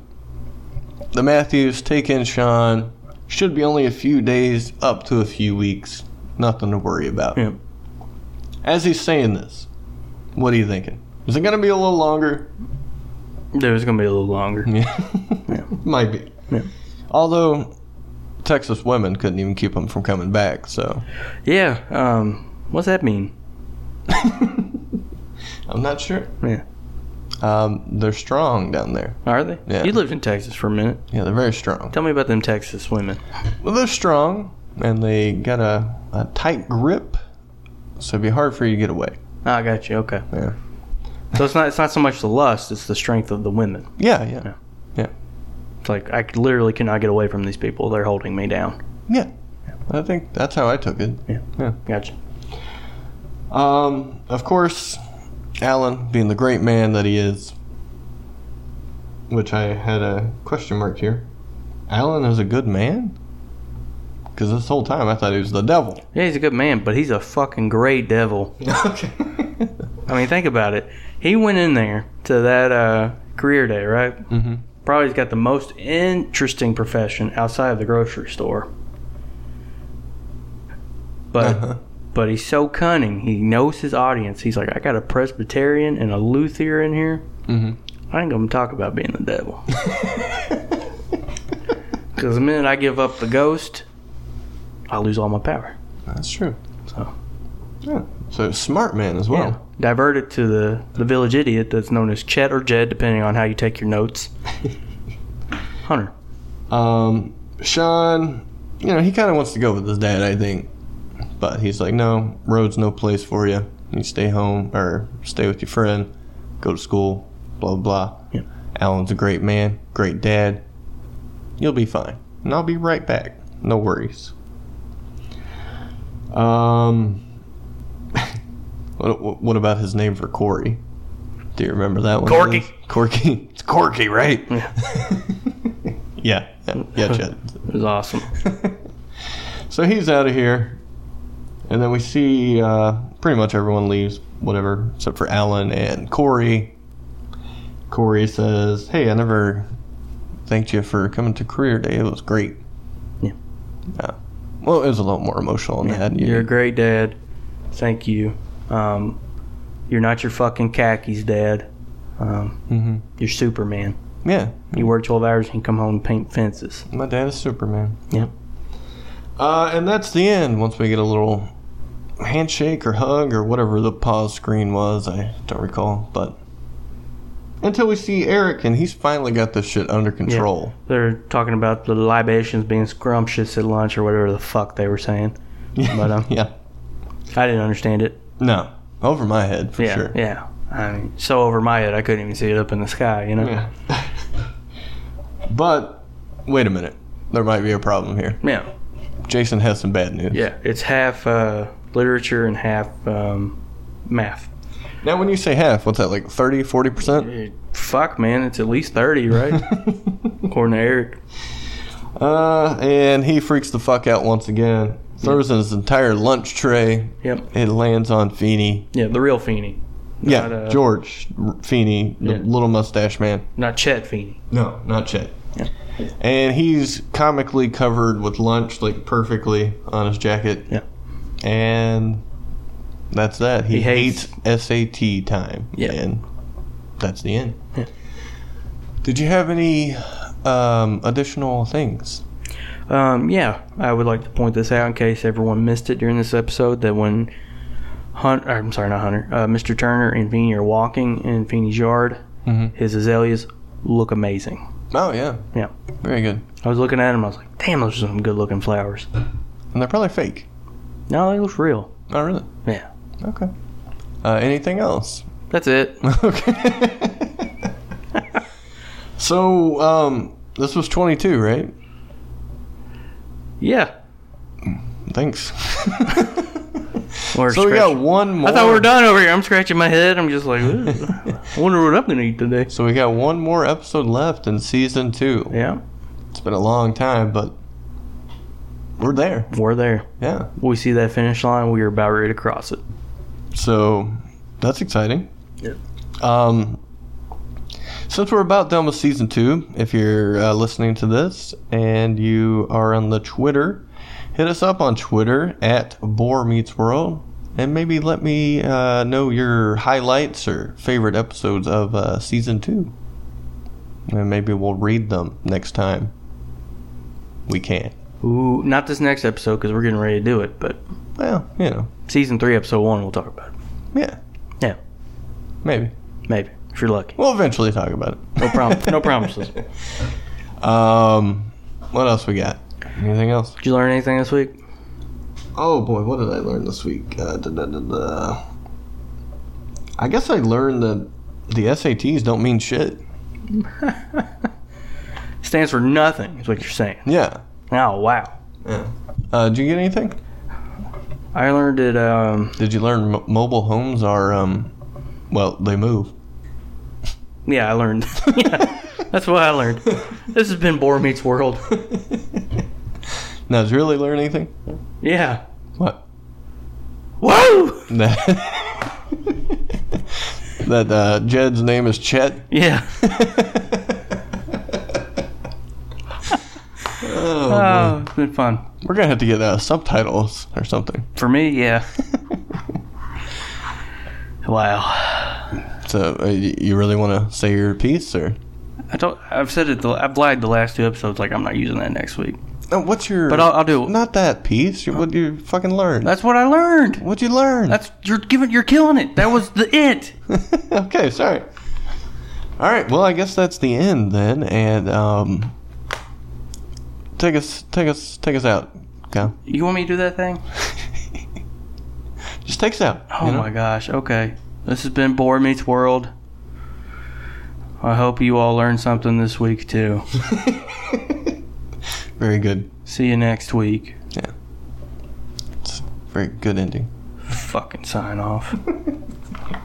S3: the Matthews take in Sean. Should be only a few days, up to a few weeks. Nothing to worry about.
S2: Yeah.
S3: As he's saying this, what are you thinking? Is it going to be a little longer?
S2: Dude, it's gonna be a little longer.
S3: Yeah. Might be.
S2: Yeah.
S3: Although, Texas women couldn't even keep him from coming back, so
S2: Yeah. Um. What's that mean?
S3: I'm not sure.
S2: Yeah.
S3: Um, they're strong down there.
S2: Are they?
S3: Yeah.
S2: You lived in Texas for a minute.
S3: Yeah, they're very strong.
S2: Tell me about them Texas women.
S3: Well, they're strong, and they got a, a tight grip, so it'd be hard for you to get away.
S2: Ah, I got you. Okay.
S3: Yeah.
S2: So it's not it's not so much the lust; it's the strength of the women.
S3: Yeah, yeah.
S2: Yeah. It's like I c- literally cannot get away from these people. They're holding me down.
S3: I think that's how I took it.
S2: Gotcha.
S3: Um, of course, Alan, being the great man that he is, which I had a question mark here. Alan is a good man? Because this whole time I thought he was the devil.
S2: Yeah, he's a good man, but he's a fucking great devil.
S3: okay.
S2: I mean, think about it. He went in there to that uh, career day, right?
S3: mm-hmm.
S2: Probably has got the most interesting profession outside of the grocery store. But
S3: Uh-huh.
S2: but he's so cunning. He knows his audience. He's like, I got a Presbyterian and a Luther in here.
S3: Mhm.
S2: I ain't gonna talk about being the devil. Because the minute I give up the ghost, I lose all my power.
S3: That's true.
S2: So.
S3: Yeah. So smart man as well.
S2: Divert it to the, the village idiot that's known as Chet or Jed, depending on how you take your notes. Hunter.
S3: Um, Sean, you know, he kind of wants to go with his dad, I think, but he's like, no, road's no place for you. You stay home or stay with your friend, go to school, blah blah.
S2: Yeah.
S3: Alan's a great man, great dad. You'll be fine, and I'll be right back. No worries. Um, what what about his name for Corey? Do you remember that one?
S2: Corky.
S3: Corky. It's Corky, right?
S2: Yeah.
S3: yeah. Yeah, yeah Chad.
S2: It was awesome.
S3: So he's out of here, and then we see uh, pretty much everyone leaves, whatever, except for Alan and Corey. Corey says, "Hey, I never thanked you for coming to career day. It was great."
S2: Yeah.
S3: Uh, well, it was a little more emotional than that. You-
S2: You're a great dad. Thank you. Um, you're not your fucking khakis, Dad. Um,
S3: Mhm.
S2: You're Superman.
S3: Yeah,
S2: You work 12 hours and you come home and paint fences.
S3: my dad is Superman.
S2: Yeah.
S3: Uh, and that's the end. Once we get a little handshake or hug or whatever the pause screen was, I don't recall. But until we see Eric, and he's finally got this shit under control.
S2: They're talking about the libations being scrumptious at lunch or whatever the fuck they were saying. But, um,
S3: yeah,
S2: I didn't understand it.
S3: no, over my head for
S2: yeah,
S3: sure.
S2: Yeah. I mean, so over my head, I couldn't even see it up in the sky, you know?
S3: Yeah. but wait a minute, there might be a problem here.
S2: Yeah.
S3: Jason has some bad news.
S2: Yeah. It's half uh, literature and half um, math.
S3: Now, when you say half, what's that like 30, 40 percent?
S2: Eh, Fuck, man. It's at least 30, right? According to Eric.
S3: Uh, and he freaks the fuck out once again. Throws in his entire lunch tray.
S2: Yep.
S3: It lands on Feeney.
S2: Yeah, the real Feeney.
S3: Yeah,
S2: uh,
S3: George R- Feeney, the
S2: Yeah.
S3: little mustache man.
S2: Not Chet Feeney.
S3: No, not Chet.
S2: Yeah.
S3: And he's comically covered with lunch, like perfectly on his jacket.
S2: Yeah.
S3: And that's that. He,
S2: He hates-
S3: hates, SAT time.
S2: Yeah.
S3: And that's the end.
S2: Yeah.
S3: Did you have any um, additional things?
S2: Um, yeah, I would like to point this out in case everyone missed it during this episode that when Hunt, I'm sorry, not Hunter, uh, Mr. Turner and Feeney are walking in Feeney's yard,
S3: Mhm.
S2: his azaleas look amazing.
S3: Oh, yeah.
S2: Yeah.
S3: Very good.
S2: I was looking at them. I was like, damn, those are some good looking flowers.
S3: And they're probably fake.
S2: No, they look real.
S3: Oh, really?
S2: Yeah.
S3: Okay. Uh, anything else?
S2: That's it.
S3: Okay. so, um, this was 22, right?
S2: Yeah.
S3: Thanks.
S2: Or
S3: so we got one more.
S2: I thought we were done over here. I'm scratching my head. I'm just like, "Ooh, I wonder what I'm going to eat today.
S3: So we got one more episode left in season two.
S2: Yeah,
S3: It's been a long time, but we're there.
S2: we're there.
S3: Yeah.
S2: We see that finish line. We are about ready to cross it.
S3: So that's exciting.
S2: Yep.
S3: Um, since we're about done with season two, if you're uh, listening to this and you are on the Twitter, hit us up on Twitter at Boar Meets World, and maybe let me uh, know your highlights or favorite episodes of uh, season two, and maybe we'll read them next time. We can.
S2: Ooh, not this next episode because we're getting ready to do it, but
S3: Well, you know,
S2: season three, episode one, we'll talk about it.
S3: yeah,
S2: Yeah,
S3: maybe.
S2: maybe if you're lucky.
S3: We'll eventually talk about it.
S2: No problem. no promises.
S3: Um, what else we got? Anything else?
S2: Did you learn anything this week?
S3: Oh boy, what did I learn this week? Uh, da, da, da, da. I guess I learned that the SATs don't mean shit.
S2: Stands for nothing. Is what you're saying.
S3: Yeah.
S2: Oh wow.
S3: Uh, did you get anything?
S2: I learned it. Um,
S3: Did you learn m- mobile homes are um, well, they move.
S2: yeah, I learned. yeah. That's what I learned. this has been Boar Meets World.
S3: Now, did you really learn anything?
S2: Yeah.
S3: What?
S2: Whoa!
S3: that uh, Jed's name is Chet.
S2: Yeah.
S3: Oh,
S2: Oh, it's been fun.
S3: boy. we're gonna have to get uh, subtitles or something.
S2: For me, yeah. wow.
S3: So, uh, y- you really want to say your piece, or
S2: I don't, I've said it, the, I've lied the last two episodes, like, I'm not using that next week.
S3: no? What's your?
S2: But I'll, I'll do it.
S3: not that piece. You, what you fucking learn?
S2: That's what I learned.
S3: What'd you learn?
S2: That's, you're giving, you're killing it. That was the it.
S3: okay, sorry. All right, well, I guess that's the end then, and um, take us, take us, take us out, Kyle.
S2: You want me to do that thing?
S3: Just take us out.
S2: Oh my gosh. Okay. This has been Boar Meets World. I hope you all learned something this week, too.
S3: Very good,
S2: See you next week.
S3: very good ending.
S2: Fucking sign off.